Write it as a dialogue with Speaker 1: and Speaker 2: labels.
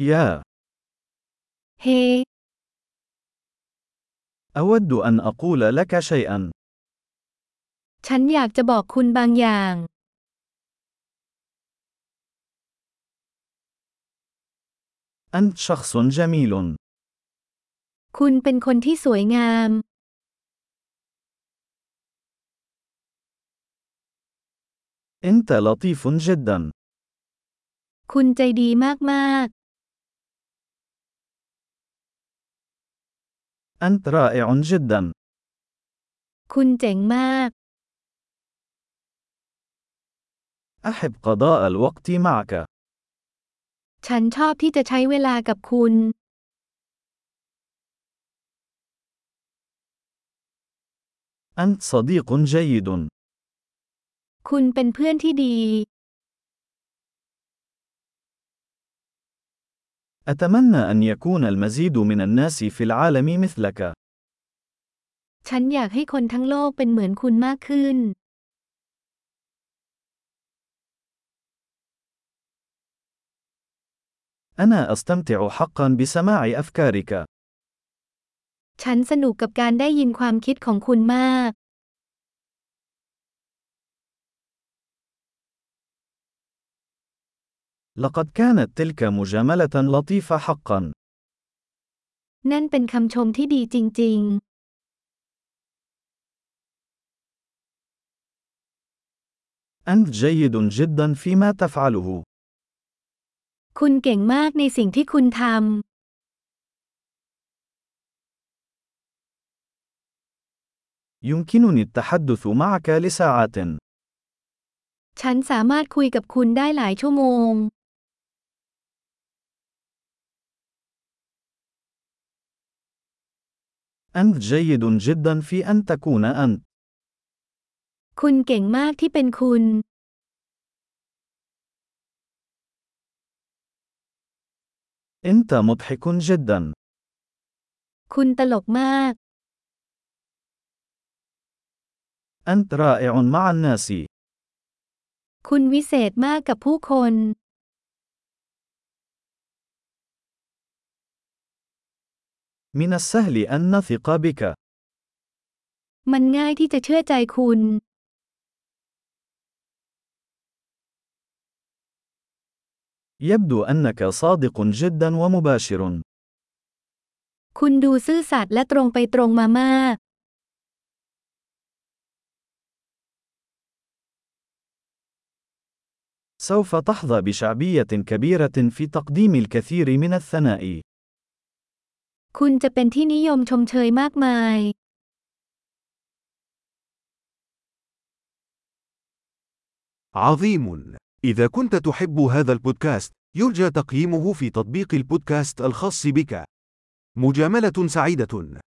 Speaker 1: يا،
Speaker 2: هي،
Speaker 1: أود أن أقول لك شيئًا.
Speaker 2: ฉันอยากจะบอกคุณบางอย่าง
Speaker 1: أنت شخص جميل.
Speaker 2: คุณเป็นคนที่สวยงาม
Speaker 1: أنت لطيف جدًا.
Speaker 2: คุณใจดีมากๆ
Speaker 1: أنت رائع جدًا.
Speaker 2: คุณเจ๋งมาก
Speaker 1: أحب قضاء الوقت معك.
Speaker 2: ฉันชอบที่จะใช้เวลากับคุณ
Speaker 1: أنت صديق جيد.
Speaker 2: คุณเป็นเพื่อนที่ดี
Speaker 1: أتمنى أن يكون المزيد من الناس في العالم مثلك.
Speaker 2: ฉันอยากให้คนทั้งโลกเป็นเหมือนคุณมากขึ้น
Speaker 1: أنا أستمتع حقًا بسماع أفكارك.
Speaker 2: ฉันสนุกกับการได้ยินความคิดของคุณมาก
Speaker 1: لقد كانت تلك مجاملة لطيفة حقًا.
Speaker 2: นั่นเป็นคำชมที่ดีจริง
Speaker 1: أنت جيد جدًا فيما تفعله.
Speaker 2: ๆ คุณเก่งมากในสิ่งที่คุณทำ
Speaker 1: يمكنني التحدث معك لساعات.
Speaker 2: ฉันสามารถคุยกับคุณได้หลายชั่วโมง
Speaker 1: أنت جيد جدا في أن تكون أنت.
Speaker 2: คุณเก่งมากที่เป็นคุณ
Speaker 1: أنت مضحك جدا.
Speaker 2: คุณตลกมาก
Speaker 1: أنت رائع مع الناس.
Speaker 2: คุณวิเศษมากกับผู้คน
Speaker 1: من السهل أن نثق بك.
Speaker 2: มันง่ายที่จะเชื่อใจคุณ
Speaker 1: يبدو أنك صادق جدا ومباشر.
Speaker 2: คุณดูซื่อสัตย์และตรงไปตรงมามาก
Speaker 1: سوف تحظى بشعبية كبيرة في تقديم الكثير من الثناء.
Speaker 2: คุณจะเป็นที่นิยมชมเชยมากมาย
Speaker 3: عظيم إذا كنت تحب هذا البودكاست يرجى تقييمه في تطبيق البودكاست الخاص بك مجاملة سعيدة